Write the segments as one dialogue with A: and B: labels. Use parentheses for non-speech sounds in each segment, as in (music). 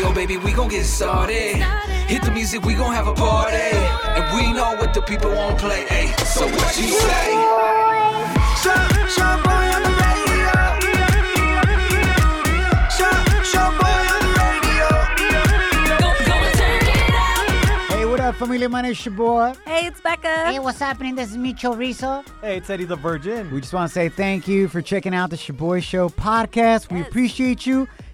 A: So baby, we gon' get started. Hit the music, we gon' have a party. And we know what the people won't play. Ay, so what you say?
B: Hey, what up, Familia Man? It's your boy.
C: Hey, it's Becca.
D: Hey, what's happening? This is Micho Rizzo.
E: Hey, it's Eddie the Virgin.
B: We just want to say thank you for checking out the Shaboy Show podcast. We appreciate you.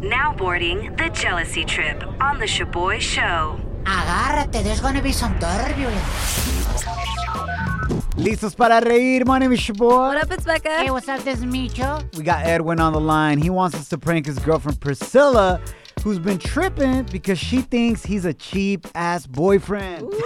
F: Now boarding the jealousy trip on the Shaboy Show.
D: Agárrate, there's gonna be some turbulence.
B: Listos para reír. My name is Shaboy.
C: What up, it's Becca.
D: Hey, what's up? This is Micho.
B: We got Edwin on the line. He wants us to prank his girlfriend Priscilla, who's been tripping because she thinks he's a cheap ass boyfriend. (laughs)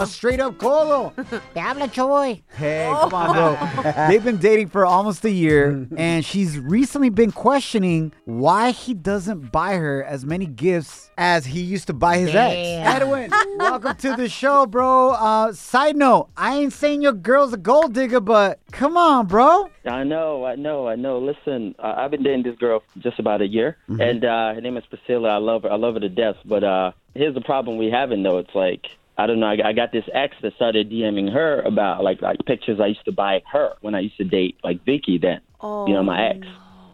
B: A straight up colo.
D: (laughs) Te habla, Oh. Choboy.
B: Hey, come on,
D: (laughs)
B: bro. They've been dating for almost a year, and she's recently been questioning why he doesn't buy her as many gifts as he used to buy his ex.
D: Damn. (laughs)
B: Edwin, welcome to the show, bro. Uh, side note, I ain't saying your girl's a gold digger, but come on, bro.
G: I know, I know, I know. Listen, uh, I've been dating this girl for just about a year, and uh, her name is Priscilla. I love her. I love her to death. But uh, here's the problem we having though. It's like I don't know. I, I got this ex that started DMing her about like like pictures I used to buy her when I used to date like Vicky. Then you know my ex.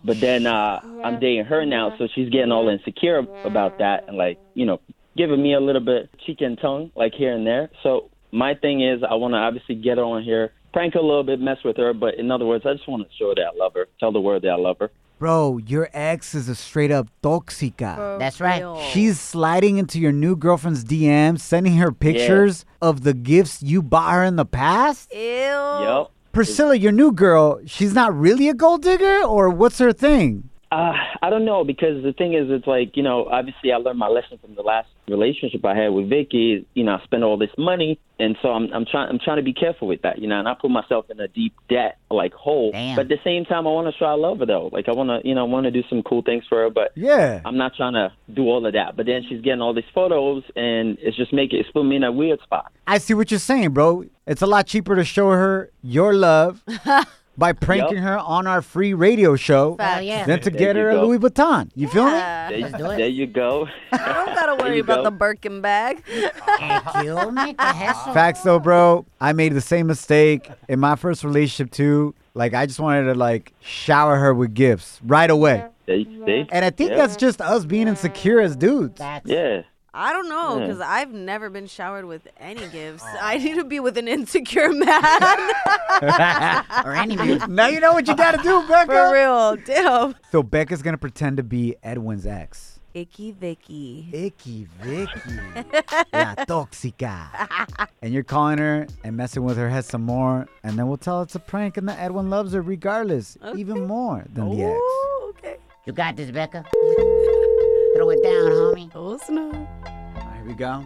G: But then uh, I'm dating her now, so she's getting all insecure about that and like you know giving me a little bit cheek and tongue like here and there. So my thing is I want to obviously get her on here, prank her a little bit, mess with her. But in other words, I just want to show her that I love her, tell the world that I love her.
B: Bro, your ex is a straight up toxica.
D: That's right.
B: She's sliding into your new girlfriend's DM, sending her pictures of the gifts you bought her in the past.
C: Ew.
G: Yep.
B: Priscilla, your new girl, she's not really a gold digger, or what's her thing?
G: Uh, I don't know because the thing is, it's like you know, obviously I learned my lesson from the last relationship I had with Vicky. You know, I spent all this money, and so I'm I'm trying I'm trying to be careful with that. You know, and I put myself in a deep debt like hole.
D: Damn.
G: But at the same time, I want to show I love her though. Like I want to you know I want to do some cool things for her, but
B: Yeah.
G: I'm not trying to do all of that. But then she's getting all these photos, and it's just making it's putting me in a weird spot.
B: I see what you're saying, bro. It's a lot cheaper to show her your
G: (laughs)
B: love by pranking
G: Yup.
B: her on our free radio show
D: Oh, yeah.
B: than to
G: There
B: get
G: you
B: her a
G: go.
B: Louis Vuitton. You feel me?
C: Yeah.
G: There, you-
D: Ah, do it.
G: there
D: (laughs)
G: you go.
C: I don't gotta
G: There
C: worry
G: you
C: about
G: go.
C: the Birkin bag.
D: Eh, ¿qué onda? ¿Qué es eso?
B: Facts though, bro. I made the same mistake in my first relationship too. Like I just wanted to like shower her with gifts right away.
G: There you- see?
B: And I think
G: Yeah.
B: that's just us being insecure
C: (laughs)
B: as dudes.
D: That's
G: yeah.
C: I don't know,
G: Yeah.
C: because I've never been showered with any gifts. I need to be with an insecure (laughs) man.
D: or anyway.
B: now you know what you gotta do,
C: For
B: Becca.
C: real. Damn.
B: So Becca's gonna pretend to be Edwin's ex.
C: Icky Vicky.
B: Icky
C: (laughs)
B: Vicky. La toxica. And you're calling her and messing with her head some more, and then we'll tell it's a prank and that Edwin loves her regardless, even more than the ex.
C: Ooh, okay.
D: You got this, Becca. Throw it down, homie.
C: Oh, snap.
B: All right, here we go.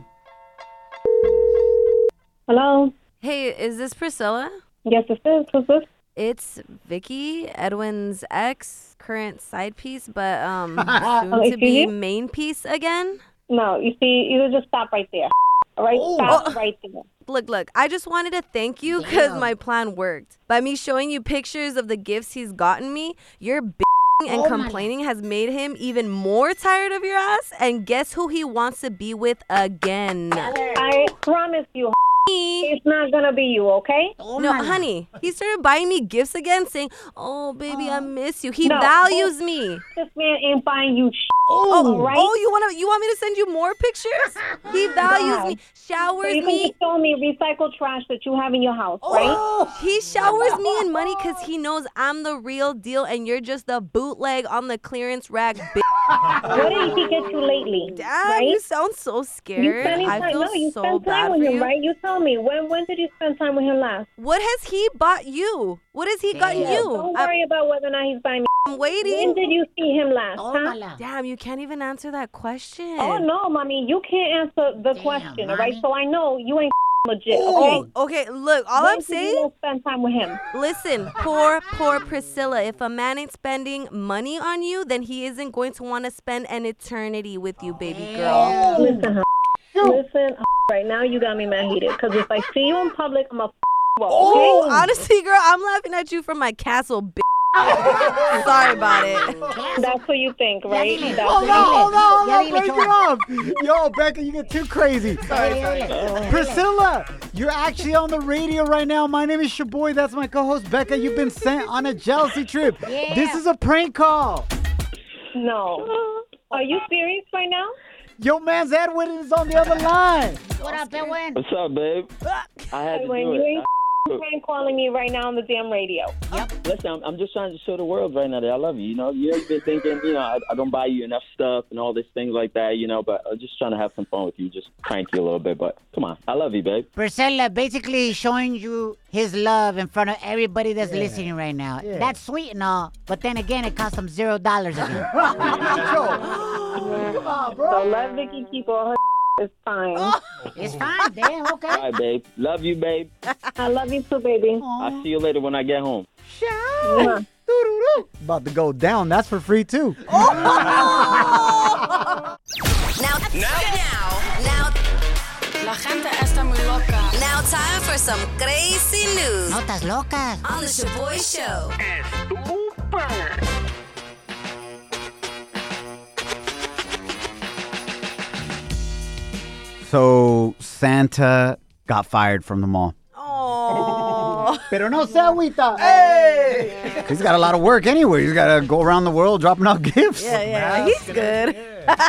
H: Hello.
C: Hey, is this Priscilla?
H: Yes, this is. Who's this?
C: It's Vicky, Edwin's ex, current side piece, but
D: (laughs)
C: um
H: Oh,
C: soon to
H: excuse
C: be
H: you?
C: main piece again.
H: No, you see, you just stop right there. All right,
C: Oh.
H: stop right there.
C: Look, look, I just wanted to thank you because
D: Damn.
C: my plan worked. By me showing you pictures of the gifts he's gotten me, your b- and
D: Oh my-
C: complaining has made him even more tired of your ass. And guess who he wants to be with again?
D: Oh
H: I promise you,
C: Me.
H: it's not gonna be you. Okay?
D: Oh
C: No, honey, he started buying me gifts again, saying, Oh, baby,
D: Uh,
C: I miss you. He
H: No.
C: values me.
H: This man ain't buying you. Sh-
C: Oh,
H: all right.
C: oh, you want to? You want me to send you
H: (laughs)
C: more pictures? He values me,
H: so
C: showers
H: you can
C: me. Oh.
H: just show me recycled trash that you have in your house, right?
C: He showers me in money because he knows I'm the real deal and you're just the bootleg on the clearance rack. (laughs) Bitch.
H: What did he get you lately?
C: Damn,
H: right?
C: you sound so
H: You
C: scared.
H: spending time?
C: I feel
H: no, you
C: so
H: spend
C: bad
H: time with
C: for
H: him,
C: you.
H: right? You tell me when. When did you spend time with him last?
C: What has he bought you? What has he gotten
D: Yeah,
C: you?
H: Don't
C: I'm-
H: worry about whether or not he's buying me.
C: I'm
H: When
C: waiting.
H: did you see him last?
C: Oh
H: Huh?
D: Tómala.
C: Damn, you can't even answer that question.
H: Oh no, Oh, mommy, you can't answer the
D: Damn,
H: question, all right?
D: mommy.
H: So I know you ain't (laughs) legit. Okay.
C: Oh, Okay, look, all
H: Why
C: I'm
H: did you
C: saying
H: not spend time with him.
C: Listen, poor, poor Priscilla. If a man ain't spending money on you, then he isn't going to want to spend an eternity with you, baby girl.
H: Listen, huh? listen. huh? Right now, you got me mad heated. Because if I see you in public, I'm a f- you up, okay?
C: Oh, Honestly, girl, I'm laughing at you from my castle, bitch. Sorry about it.
H: That's what you think, right? That's
D: Oh,
B: Hold
H: what
B: on, hold on,
D: Ya
B: hold
D: dile,
B: on. Break it
D: chaval.
B: off. Yo, Becca, you get too (laughs) crazy. Priscilla, you're actually on the radio right now. My name is Shaboy. That's my co-host Becca. You've been sent on a jealousy trip. This is a prank call.
H: you- no. Are you serious right now?
B: Yo, man's Edwin is on the other line.
D: What up, Edwin?
G: What's up, babe? I had to
H: When
G: do
H: you
G: it.
H: ain't f***ing calling me right now on the damn radio.
G: Listen, I'm, I'm just trying to show the world right now that I love you. You know, you know, you've been thinking, you know, I, I don't buy you enough stuff and all these things like that, you know, but I'm just trying to have some fun with you, just prank you a little bit. But come on, I love you, babe.
D: Priscilla basically showing you his love in front of everybody that's listening right now. That's sweet and all, but then again, it cost him zero dollars again.
H: So let Vicky keep all her (laughs) It's fine.
D: it's fine, damn,
G: All
D: okay.
G: right, babe. Love you, babe.
H: I love you too, baby.
G: I'll see you later when I get home.
H: Mwah.
B: About to go down. That's for free too.
F: Now, now, now,
I: La gente está muy loca.
F: now, time for some crazy news
D: Notas locas.
F: on the Shaboy Show.
B: So Santa got fired from the mall.
C: Oh,
B: Pero no se agüita. Hey! He's got a lot of work anyway. He's got to go around the world dropping out gifts.
C: yeah, yeah, he's good.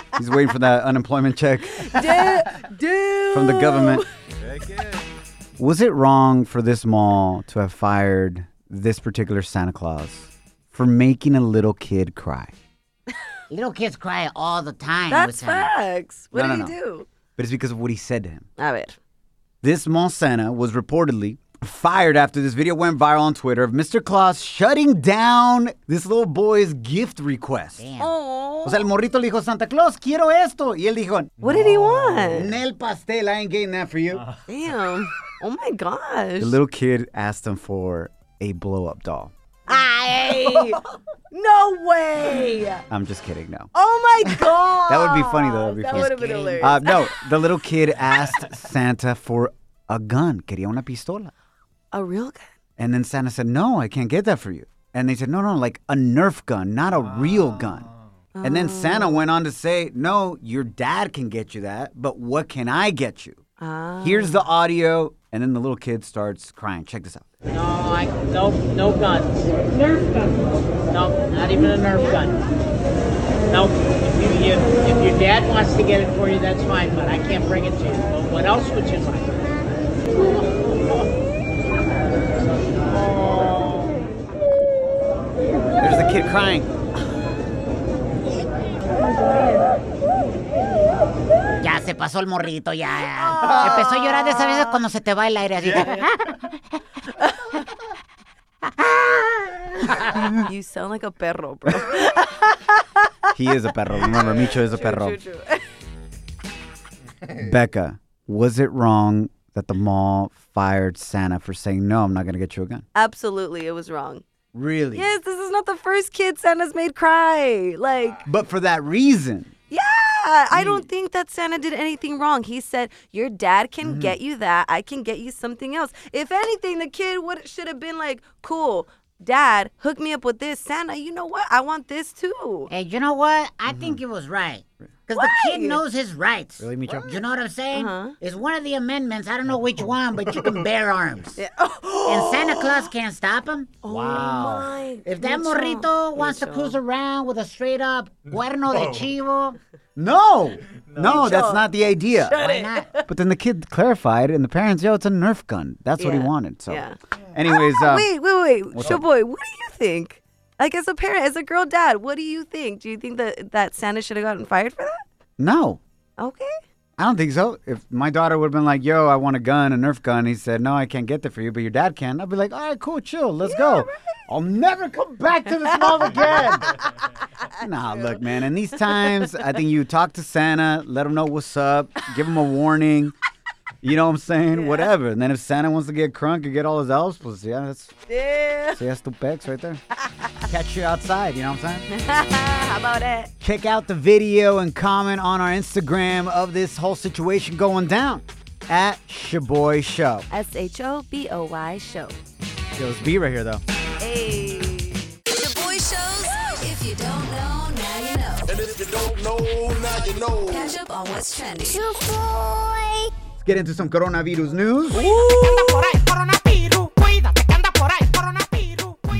B: (laughs) He's waiting for that unemployment check
C: Dude, dude.
B: from the government. Was it wrong for this mall to have fired this particular Santa Claus for making a little kid cry?
D: Little kids cry all the time.
C: That's
D: with Santa.
C: facts. What
B: No,
C: did
B: no,
C: he do?
B: But it's because of what he said to him.
C: A ver.
B: This mall Santa was reportedly fired after this video went viral on Twitter of Mr. Claus shutting down this little boy's gift request.
D: Damn.
C: Oh.
B: O sea, el morrito le dijo, Santa Claus, quiero esto. Y él dijo,
C: What did he want?
B: Nel pastel, I ain't getting that for you.
C: Damn. Oh my gosh.
B: The little kid asked him for a blow up doll.
C: Ay. (laughs) no way.
B: I'm just kidding, no.
C: Oh my god.
B: (laughs) That would be funny, though. That'd be
C: that
B: funny.
C: would have been hilarious.
B: Uh, no, the little kid asked Santa for a gun. Quería una pistola.
C: a real gun.
B: And then Santa said, No, I can't get that for you. And they said, No, no, like a Nerf gun, not a real gun. And then Santa went on to say, No, your dad can get you that, but what can I get you?
C: Ah.
B: Here's the audio. And then the little kid starts crying. Check this out.
J: No, I, no, no guns. Nerf guns. No, not even a Nerf gun. No, if, you, if, if your dad wants to get it for you, that's fine, but I can't bring it to you. But what else would you like?
B: There's the kid crying.
D: Ya se pasó el morrito, ya. Empezó a llorar de esas veces cuando se te va el aire así.
C: you sound like a perro, bro.
B: He
C: (laughs)
B: is a perro. Remember, Micho is a (laughs) perro. Becca, was it wrong that the mall fired Santa for saying, No, I'm not going to get you a gun?
C: Absolutely, it was wrong.
B: Really?
C: Yes, this is not the first kid Santa's made cry. Like,
B: But for that reason.
C: yeah, I don't think that Santa did anything wrong. He said, "Your dad can
B: Mm-hmm.
C: get you that. I can get you something else." If anything, the kid would should have been like, "Cool, Dad, hook me up with this, Santa. You know what? I want this too." (laughs)
D: Hey, you know what? I think he was Mm-hmm. right. Because the kid knows his rights. Really, Micho? Oh, You know what I'm saying?
C: Uh-huh.
D: It's one of the amendments. I don't know which one, but you (laughs) can bear arms.
C: Oh
D: and Santa Claus can't stop him.
B: Wow.
D: If that morrito wants to cruise around with a straight up cuerno de chivo,
B: No. No, that's not the idea.
D: why not?
B: But then the kid clarified, and the parents, yo, it's a Nerf gun. That's what he
C: Yeah.
B: wanted. So,
C: Yeah. Ah,
B: anyways, uh,
C: Oh, wait, wait, wait,
B: what's
C: show
B: up?
C: boy. What do you think? Like, as a parent, as a girl dad, what do you think? Do you think that that Santa should have gotten fired for that?
B: no,
C: Okay.
B: I don't think so. If my daughter would have been like, yo, I want a gun, a Nerf gun, he said, no, I can't get that for you, but your dad can. I'd be like, all right, cool, chill, let's go. I'll never come back to this mom again. (laughs) nah, look, man, in these times, I think you talk to Santa, let him know what's up, give him a warning. You know what I'm saying? Whatever. And then if Santa wants to get crunk and get all his elves, plus yeah, that's
C: (laughs) Yeah.
B: see that's two pecks right there. Catch you outside. You know what I'm saying?
C: How about that?
B: Check out the video and comment on our Instagram of this whole situation going down at Shaboy Show.
C: S H O B O Y show.
B: It was B right here though.
C: Hey.
K: Shaboy shows. If you don't know, now you know.
A: And if you don't know, now you know.
K: Catch up on what's trending.
B: Let's get into some coronavirus news.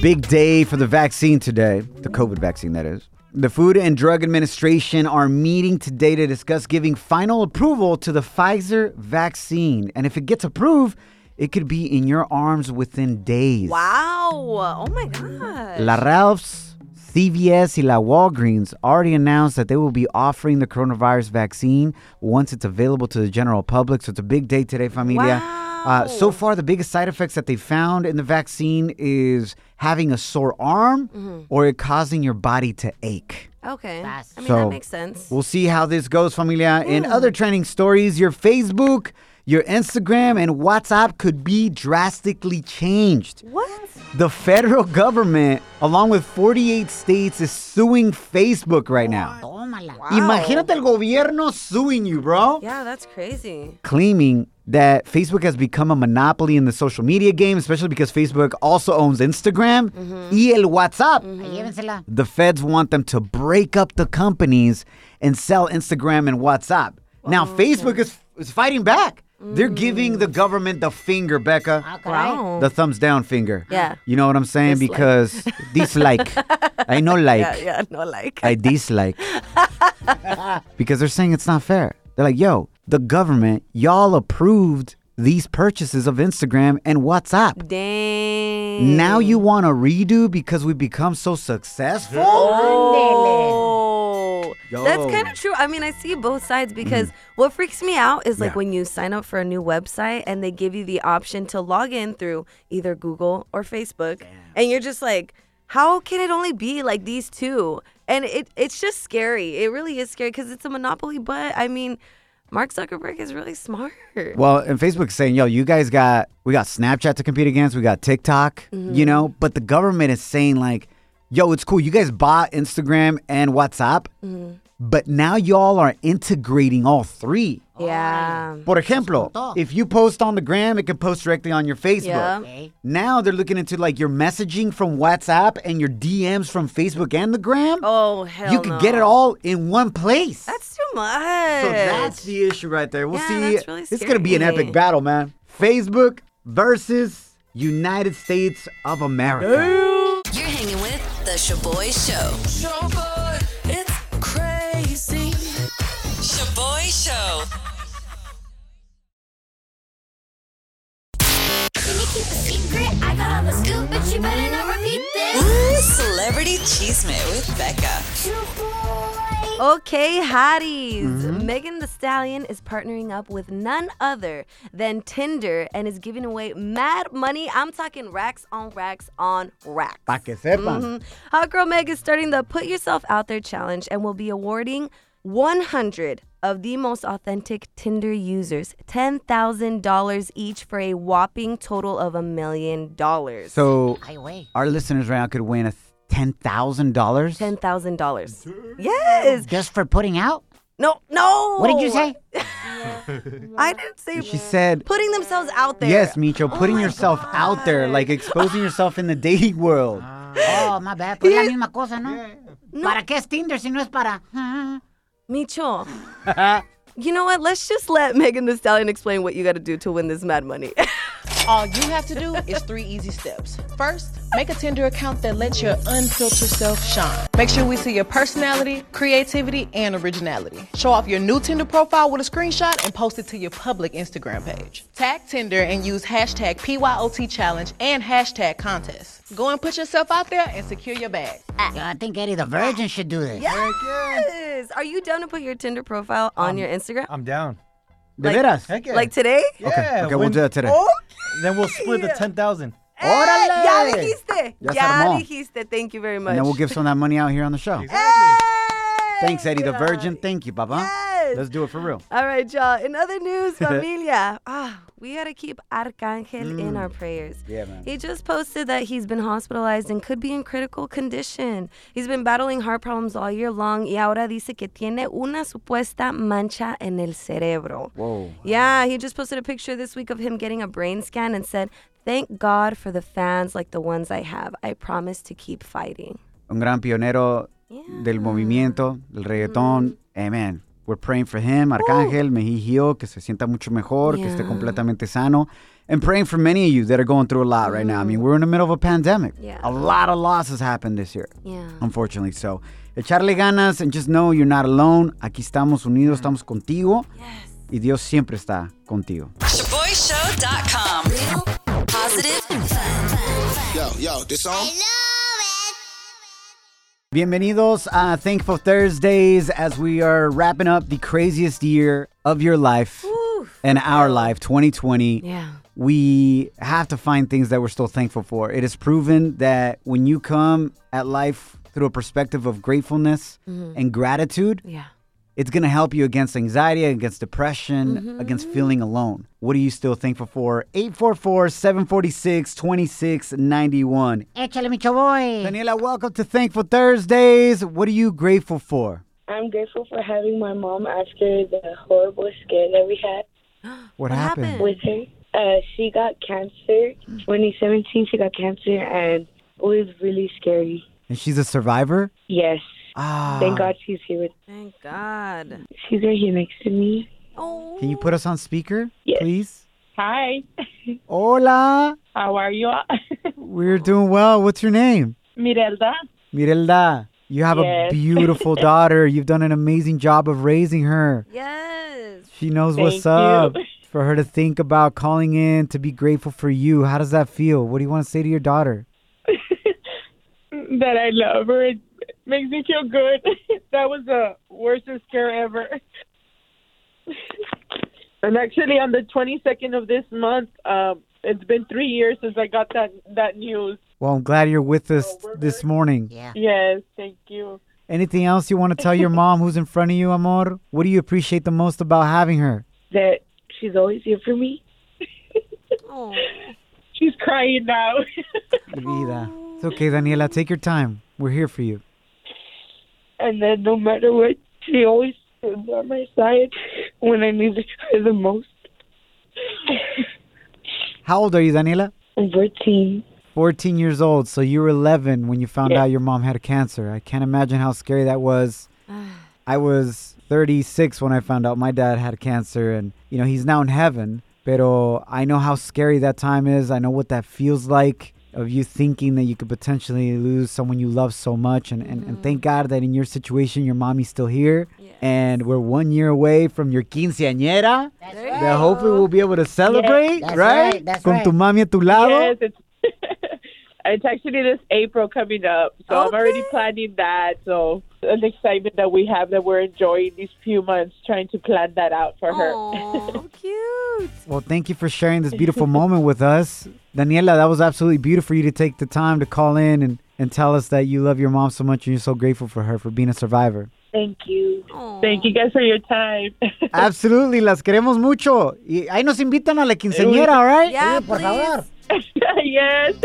B: Big day for the vaccine today, the COVID vaccine, that is. The Food and Drug Administration are meeting today to discuss giving final approval to the Pfizer vaccine. And if it gets approved, it could be in your arms within days.
C: Wow. Oh my God.
B: La Ralph's, CVS, and La Walgreens already announced that they will be offering the coronavirus vaccine once it's available to the general public. So it's a big day today, familia. Uh, so far, the biggest side effects that they found in the vaccine is having a sore arm or it causing your body to ache.
C: Okay. I mean,
B: So,
C: that makes sense.
B: We'll see how this goes, familia. In other trending stories, your Facebook, your Instagram, and WhatsApp could be drastically changed.
C: What?
B: The federal government, along with 48 states, is suing Facebook right now.
D: Tómala.
B: Imagínate el gobierno suing you, bro.
C: Yeah, that's crazy.
B: Claiming that Facebook has become a monopoly in the social media game, especially because Facebook also owns Instagram y el WhatsApp.
D: Llévensela.
B: The feds want them to break up the companies and sell Instagram and WhatsApp. Now, Facebook is, is fighting back. They're giving the government the finger, Becca.
C: Wow.
B: The thumbs down finger.
C: Oh. Yeah.
B: You know what I'm saying?
C: Dislike.
B: Because
C: (laughs)
B: dislike. I know like.
C: Yeah, yeah, no like.
B: I
C: (laughs)
B: dislike. because they're saying it's not fair. They're like, yo, the government, y'all approved these purchases of Instagram and WhatsApp.
C: Dang.
B: Now you want to redo because we become so successful?
C: Oh.
B: Yo. Mm-hmm.
C: That's kind of true. I mean, I see both sides because what freaks me out is like
B: Yeah.
C: when you sign up for a new website and they give you the option to log in through either Google or Facebook, and you're just like, how can it only be like these two? And it it's just scary. It really is scary because it's a monopoly. But I mean, Mark Zuckerberg is really smart.
B: Well, and Facebook's saying, yo, you guys got, we got Snapchat to compete against, we got TikTok,
C: Mm-hmm.
B: you know, but the government is saying, like, yo, it's cool. You guys bought Instagram and WhatsApp,
C: Mm-hmm.
B: but now y'all are integrating all three.
C: yeah.
B: Por ejemplo,
D: juntó.
B: if you post on the gram, it can post directly on your Facebook.
C: Yeah.
D: Okay.
B: Now they're looking into like your messaging from WhatsApp and your DMs from Facebook and the gram.
C: Oh hell.
B: you could
C: no.
B: get it all in one place.
C: That's too much.
B: So that's the issue right there. We'll
C: Yeah,
B: see.
C: that's really
B: it's gonna be an
C: scary.
B: epic battle, man. Facebook versus United States of America.
K: You're hanging with the Shaboy Show. Shaboy, it's crazy. Shaboy Show. Celebrity Cheesemate with Becca.
C: Okay, hotties. Megan the Stallion is partnering up with none other than Tinder and is giving away mad money. I'm talking racks on racks on racks.
B: Pa que sepan.
C: Mhm. Hot Girl Meg is starting the Put Yourself Out There challenge and will be awarding 100 of the most authentic Tinder users $10,000 each for a whopping total of a million dollars.
B: So
D: Ay, güey.
B: our listeners right now could win a ten thousand dollars.
C: $10,000. Yes.
D: Just for putting out?
C: No, no.
D: What did you say?
C: I didn't say
B: She said
C: putting themselves out there.
B: Yes, Micho,
C: Oh
B: putting
C: my
B: yourself out there,
C: God.
B: like exposing yourself in the dating
D: (laughs)
B: world.
D: Oh, my bad. Pues la misma cosa, ¿no? ¿Para qué es Tinder si no es para? Ah.
C: Micho.
B: (laughs)
C: you know what? Let's just let Megan the Stallion explain what you got to do to win this mad money. (laughs)
L: All you have to do is three easy steps. First, make a Tinder account that lets your unfiltered self shine. Make sure we see your personality, creativity, and originality. Show off your new Tinder profile with a screenshot and post it to your public Instagram page. Tag Tinder and use hashtag PYOT challenge and hashtag contest. Go and put yourself out there and secure your bag.
D: Yo, I think Eddie the Virgin should do this.
C: yes. Are you down to put your Tinder profile
B: Um,
C: on your Instagram?
E: I'm down.
B: De
C: Like-
B: veras?
E: Heck yeah.
C: Like today?
E: Yeah,
B: okay, we'll
E: when-
B: do that today.
E: Then we'll split the 10,000.
C: Eh, Ya
B: Órale.
C: dijiste.
B: Ya se
C: ya
B: armó.
C: dijiste. Thank you very much. ¡Eh!
B: And then we'll give some of that money out here on the show.
C: Hey,
B: Thanks, Eddie the
C: good.
B: Virgin. Thank you, Baba.
C: Yes. is.
B: Let's do it for real.
C: All right, y'all. In other
B: (laughs)
C: news, familia. Ah, we gotta keep Arcángel in
B: Mm.
C: our prayers.
B: Yeah, man.
C: He just posted that he's been hospitalized and could be in critical condition. He's been battling heart problems all year long y ahora dice que tiene una supuesta mancha en el cerebro.
B: Whoa.
C: Yeah, he just posted a picture this week of him getting a brain scan and said, Thank God for the fans like the ones I have. I promise to keep fighting.
B: Un gran pionero del movimiento, del reggaetón.
C: Mm.
B: Amen. We're praying for him, Arcángel, Mejigio, que se sienta mucho mejor, que esté
C: Yeah.
B: completamente sano. And praying for many of you that are going through a lot right now. I mean, we're in the middle of a pandemic.
C: Mm. Yeah.
B: A lot of losses happened this year.
C: Yeah.
B: unfortunately. So, echarle ganas and just know you're not alone. Aquí estamos unidos, estamos contigo. Y Dios siempre está contigo.
K: ShaboyShow.com. Real, positive, fun.
M: Yo, yo, this song?
B: Bienvenidos a Thankful Thursdays as we are wrapping up the craziest year of your life and our life, 2020.
C: Yeah.
B: We have to find things that we're still thankful for. It is proven that when you come at life through a perspective of gratefulness
C: Mhm.
B: and gratitude,
C: Yeah.
B: it's going to help you against anxiety, against depression, against feeling alone. What are you still thankful for? 844 746 2691.
D: Échale, Micho Boy.
B: Mm. Daniela, welcome to Thankful Thursdays. What are you grateful for?
N: I'm grateful for having my mom after the horrible scare that we had
B: What, happened?
N: with her. Uh, she got cancer. 2017, she got cancer, and it was really scary.
B: And she's a survivor?
N: Yes.
B: Ah.
N: Thank God she's here with
C: Thank God.
N: She's right here next to me.
C: Oh,
B: Can you put us on speaker, please?
O: Hi.
B: Hola.
O: How are you? (laughs)
B: We're doing well. What's your name?
O: Mirelda.
B: Mirelda. You have
O: Yes. (laughs)
B: a beautiful daughter. You've done an amazing job of raising her.
C: Yes.
B: She knows
O: Thank
B: what's
O: you.
B: up. For her to think about calling in to be grateful for you, how does that feel? What do you want to say to your daughter?
O: That I love her. It makes me feel good. that was the worst scare ever. and actually, on the 22nd of this month, um, it's been three years since I got that, that news.
B: Well, I'm glad you're with us this morning.
D: Yeah.
O: Yes, thank you.
B: Anything else you want to tell your mom who's in front of you, amor? What do you appreciate the most about having her?
O: That she's always here for me.
C: Oh,
O: she's crying now. (laughs)
B: Vida. It's okay, Daniela. Take your time. We're here for you.
O: and then no matter what, she always is on my side when I need her the most.
B: How old are you, Daniela?
N: I'm 14.
B: 14 years old. So you were 11 when you found
N: Yeah.
B: out your mom had cancer. I can't imagine how scary that
N: (sighs)
B: was. I was 36 when I found out my dad had cancer, and you know he's now in heaven. Pero I know how scary that time is. I know what that feels like of you thinking that you could potentially lose someone you love so much. And and, and thank
N: Mm-hmm.
B: God that in your situation, your mommy's still here, and we're one year away from your quinceañera. That's That hopefully we'll be able to celebrate,
O: That's
B: right?
O: right, that's
B: Con tu
O: right.
B: mami a tu lado.
O: Yes, it's it's (laughs) actually this April coming up, so I'm already planning that. So an excitement that we have that we're enjoying these few months trying to plan that out for her.
C: (laughs)
B: Well, thank you for sharing this beautiful moment with us. Daniela, that was absolutely beautiful for you to take the time to call in and, and tell us that you love your mom so much and you're so grateful for her for being a survivor.
O: Thank you. Thank you guys for your time. (laughs)
B: Absolutely, las queremos mucho. Y ahí nos invitan a la quinceañera, all right?
D: Sí, por favor.
O: yes.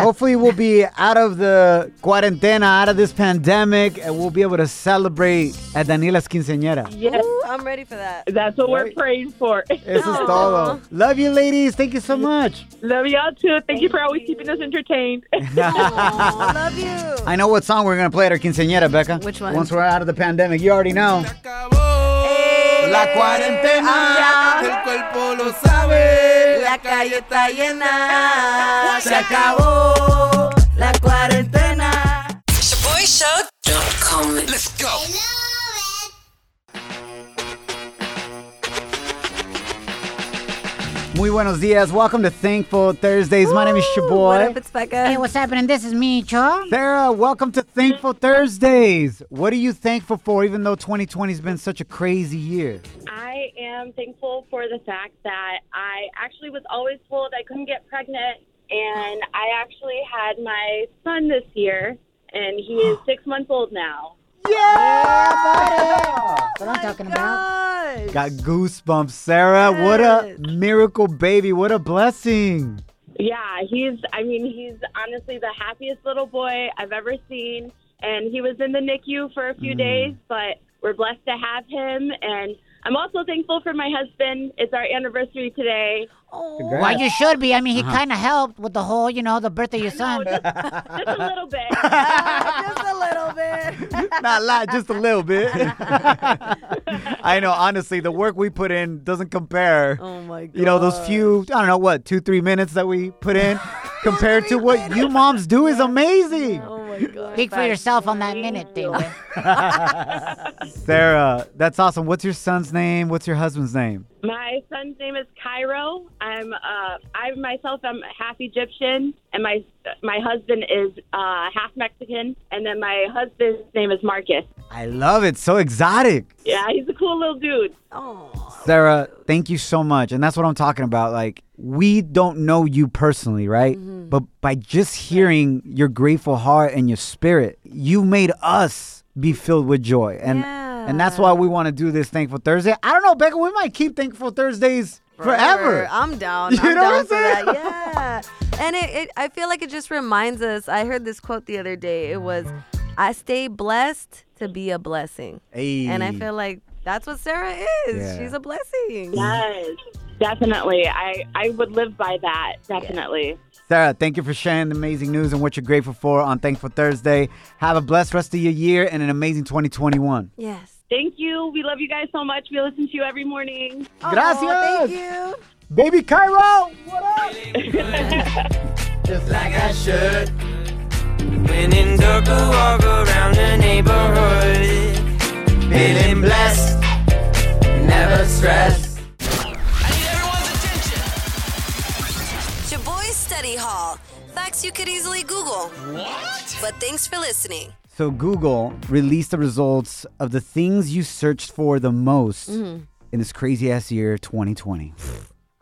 B: Hopefully, we'll be out of the cuarentena, out of this pandemic, and we'll be able to celebrate at Daniela's quinceañera.
O: Yes.
C: I'm ready for that.
O: That's what we're praying for.
B: Eso es todo. Love you, ladies. Thank you so much.
O: Love y'all too. Thank, you for always keeping us
B: (laughs)
O: entertained.
C: love you.
B: I know what song we're going to play at our quinceañera, Becca. Which one? Once we're out of the pandemic, you already know.
A: La cuarentena,
C: Ay,
A: el cuerpo lo sabe.
C: La calle está llena. Se acabó la cuarentena.
K: ShaboyShow.com.
A: Let's go.
B: Muy buenos dias. Welcome to Thankful Thursdays. My name is
D: What
B: Shaboy.
D: up, it's Becca. Hey, what's happening? This is Micho.
B: Sarah, welcome to Thankful Thursdays. What are you thankful for, even though 2020 has been such a crazy year?
P: I am thankful for the fact that I actually was always told I couldn't get pregnant, and
O: (gasps)
P: I actually had my son this year, and he is six months old now.
D: That's what I'm talking
C: about.
B: Got goosebumps, Sarah. What a miracle baby. What a blessing.
P: Yeah, he's, I mean, he's honestly the happiest little boy I've ever seen. And he was in the NICU for a few days, but we're blessed to have him. And I'm also thankful for my husband. It's our anniversary today.
D: Well, you should be. I mean, he kind of helped with the whole, you know, the birth of your son.
P: Just a little bit.
C: just a little bit.
B: Not a lot, just a
C: (laughs)
B: little bit. (laughs) I know, honestly, the work we put in doesn't compare.
C: Oh my
B: You know, those few, I don't know, what, two, three minutes that we
C: (laughs)
B: put in compared to what you moms do is amazing.
C: Oh.
D: Speak for yourself on that minute, David.
B: Sarah, that's awesome. What's your son's name? What's your husband's name?
P: My son's name is Cairo. I'm, uh, I myself am half Egyptian, and my my husband is uh, half Mexican, and then my husband's name is Marcus.
B: I love it. So exotic.
P: Yeah, he's a cool little dude.
C: Oh,
B: Sarah, thank you so much. And that's what I'm talking about. Like, we don't know you personally, right?
C: Mm-hmm.
B: But by just hearing your grateful heart and your spirit, you made us be filled with joy. And and that's why we want to do this Thankful Thursday. I don't know, Becca, we might keep Thankful Thursdays forever.
C: I'm down.
B: You
C: I'm
B: know
C: down
B: what I'm
C: for that. Yeah. And it, it, I feel like it just reminds us. I heard this quote the other day. It was, "I stay blessed to be a blessing,"
B: Hey.
C: and I feel like that's what Sarah is.
B: Yeah.
C: She's a blessing.
P: Yes, definitely. I I would live by that. Definitely.
B: Sarah, thank you for sharing the amazing news and what you're grateful for on Thankful Thursday. Have a blessed rest of your year and an amazing 2021.
C: Yes.
P: Thank you. We love you guys so much. We listen to you every morning.
C: thank
B: Gracias.
C: you.
B: Baby Cairo, what up?
A: Just like I should. When in dark, I walk around the neighborhood. Feeling blessed, never stressed.
K: Shaboy Study Hall. Facts you could easily Google. What? But thanks for listening.
B: So Google released the results of the things you searched for the most
C: Mm-hmm.
K: Mhm.
B: in this crazy ass year
C: (sighs)
B: 2020.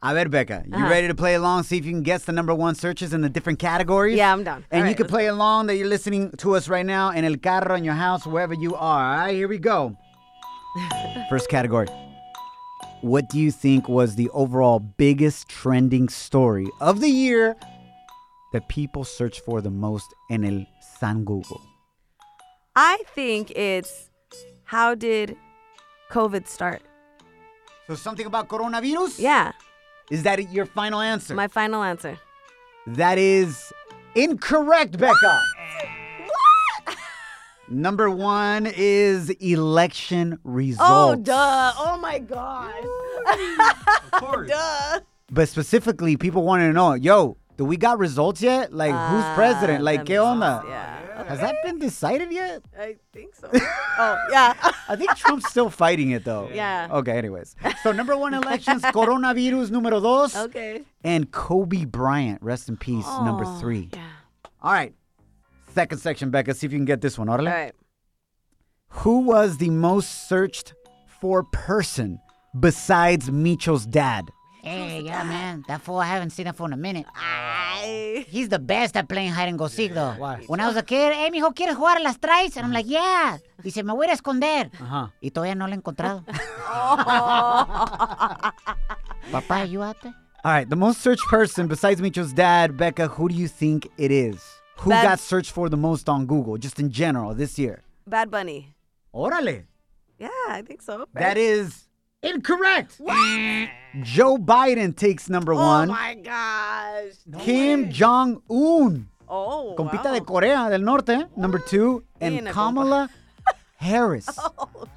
B: I bet, Becca, you
C: Uh-huh.
B: ready to play along? See if you can guess the number one searches in the different categories.
C: Yeah, I'm down.
B: And
C: All
B: you
C: right,
B: can
C: let's
B: play along that you're listening to us right now in el carro, in your house, wherever you are. All right, here
C: (laughs)
B: we go. First category. What do you think was the overall biggest trending story of the year that people search for the most in el San Google?
C: I think it's how did COVID start?
B: So something about coronavirus?
C: Yeah.
B: Is that your final answer?
C: My final answer.
B: that is incorrect, Becca.
C: (laughs)
B: Number one is election
C: Oh,
B: results. Uh,
C: duh. Oh, my gosh. duh.
B: But specifically, people wanted to know, yo, do we got results yet? Like,
C: Ah,
B: who's president? Like, que onda? Has that been decided yet?
C: I think so. oh, yeah. (laughs)
B: I think Trump's still fighting it, though.
C: Yeah.
B: Okay, anyways. So, number one
C: (laughs)
B: elections, coronavirus numero dos.
C: Okay.
B: And Kobe Bryant, rest in peace, number
C: Aw,
B: three. All right. Second section, Becca. See if you can get this one. Orale.
C: All right.
B: Who was the most searched for person besides Micho's dad?
D: (laughs) Hey, yeah, man. That fool, I haven't seen that fool in a minute. He's the best at playing hide and go seek, though.
B: Why?
D: When I was a kid, hey, mijo, ¿quieres jugar a las trays? And I'm like, yeah. Dice, me voy a ir a esconder.
B: Uh-huh.
D: Y todavía no lo he encontrado. (laughs) Papá, you out there?
B: All right. The most searched person besides Micho's dad, Becca, who do you think it is? Who
C: Bad-
B: got searched for the most on Google, just in general, this year?
C: Bad Bunny.
B: Orale.
C: Yeah, I think so.
B: That is incorrect. Joe Biden takes number
C: Oh
B: one.
C: my gosh.
B: Kim Jong Un.
C: Oh.
B: Compita
C: wow.
B: de Corea del Norte, number two, and
C: Mira, compa. Oh,
B: Kamala
C: (laughs)
B: Harris,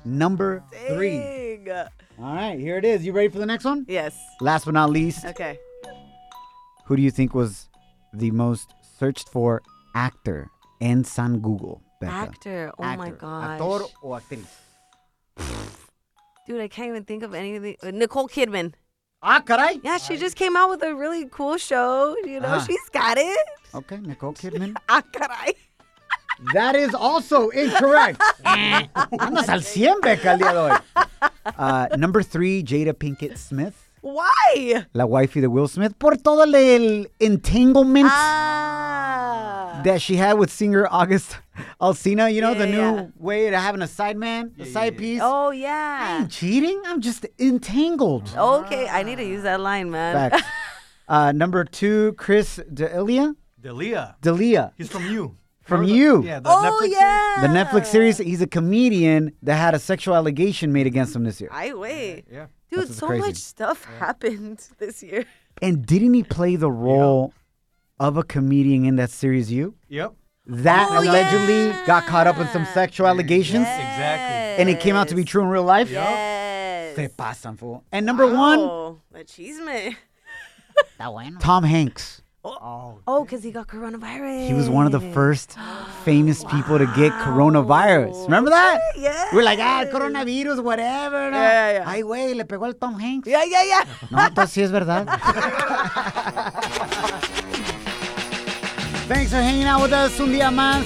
B: number three.
C: Dang.
B: All right, here it is. You ready for the next one?
C: Yes.
B: Last but not least,
C: Okay.
B: who do you think was the most searched for actor in San Google? Becca?
C: Actor. Oh my
B: Actor.
C: gosh.
B: Actor o actriz.
C: Dude, I can't even think of anything. Uh, Nicole Kidman.
B: Ah, caray.
C: Yeah, she just came out with a really cool show. You know,
B: Ah.
C: she's got it.
B: Okay, Nicole Kidman.
C: Ah, caray.
B: that is also
C: (laughs)
B: incorrect. Andas al 100, Becca, el día de hoy.
C: (laughs)
B: Uh, number three, Jada Pinkett Smith.
C: Why?
E: Ah.
B: la wifey de Will Smith por todo el- el entanglement that she had with singer August Alsina. You know, the new way to having a side man, a side piece.
C: Oh yeah.
B: I'm cheating. I'm just entangled.
E: Oh,
C: Okay, I need to use that line,
E: (laughs)
C: man. (laughs)
B: Facts. uh, number two, Chris D'Elia.
E: Delia.
B: D'Elia.
E: He's from you.
B: From you.
E: Yeah, the oh, Netflix yeah.
B: The Netflix series. He's a comedian that had a sexual allegation made against him this year.
C: I wait.
E: Yeah.
C: Dude,
B: That's
C: so
B: crazy.
C: much stuff happened (laughs) this year.
B: And didn't he play the role of a comedian in that series? You.
E: Yep.
B: That
E: Oh,
B: allegedly got caught up in some sexual allegations.
E: Exactly.
B: And it came out to be true in real life.
C: Yes.
B: Se pasan, fool. And number one,
C: Oh, the cheese man.
B: Tom Hanks.
C: Oh, because he got coronavirus.
B: He was one of the first famous people to get coronavirus. Remember that?
C: Yeah.
B: We're like, ah, coronavirus, whatever. no."
C: Yeah, yeah, yeah.
B: Ay, güey, le pegó al Tom Hanks.
C: Yeah, yeah, yeah.
B: No, entonces sí es verdad. Thanks for hanging out with us un día más.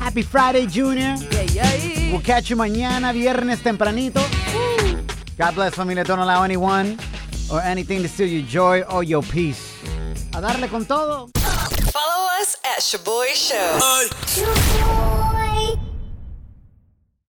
B: Happy Friday, Junior. We'll catch you mañana, viernes tempranito. God bless, familia. Don't allow anyone or anything to steal your joy or your peace. A darle con todo.
K: Follow us at Shaboy Show.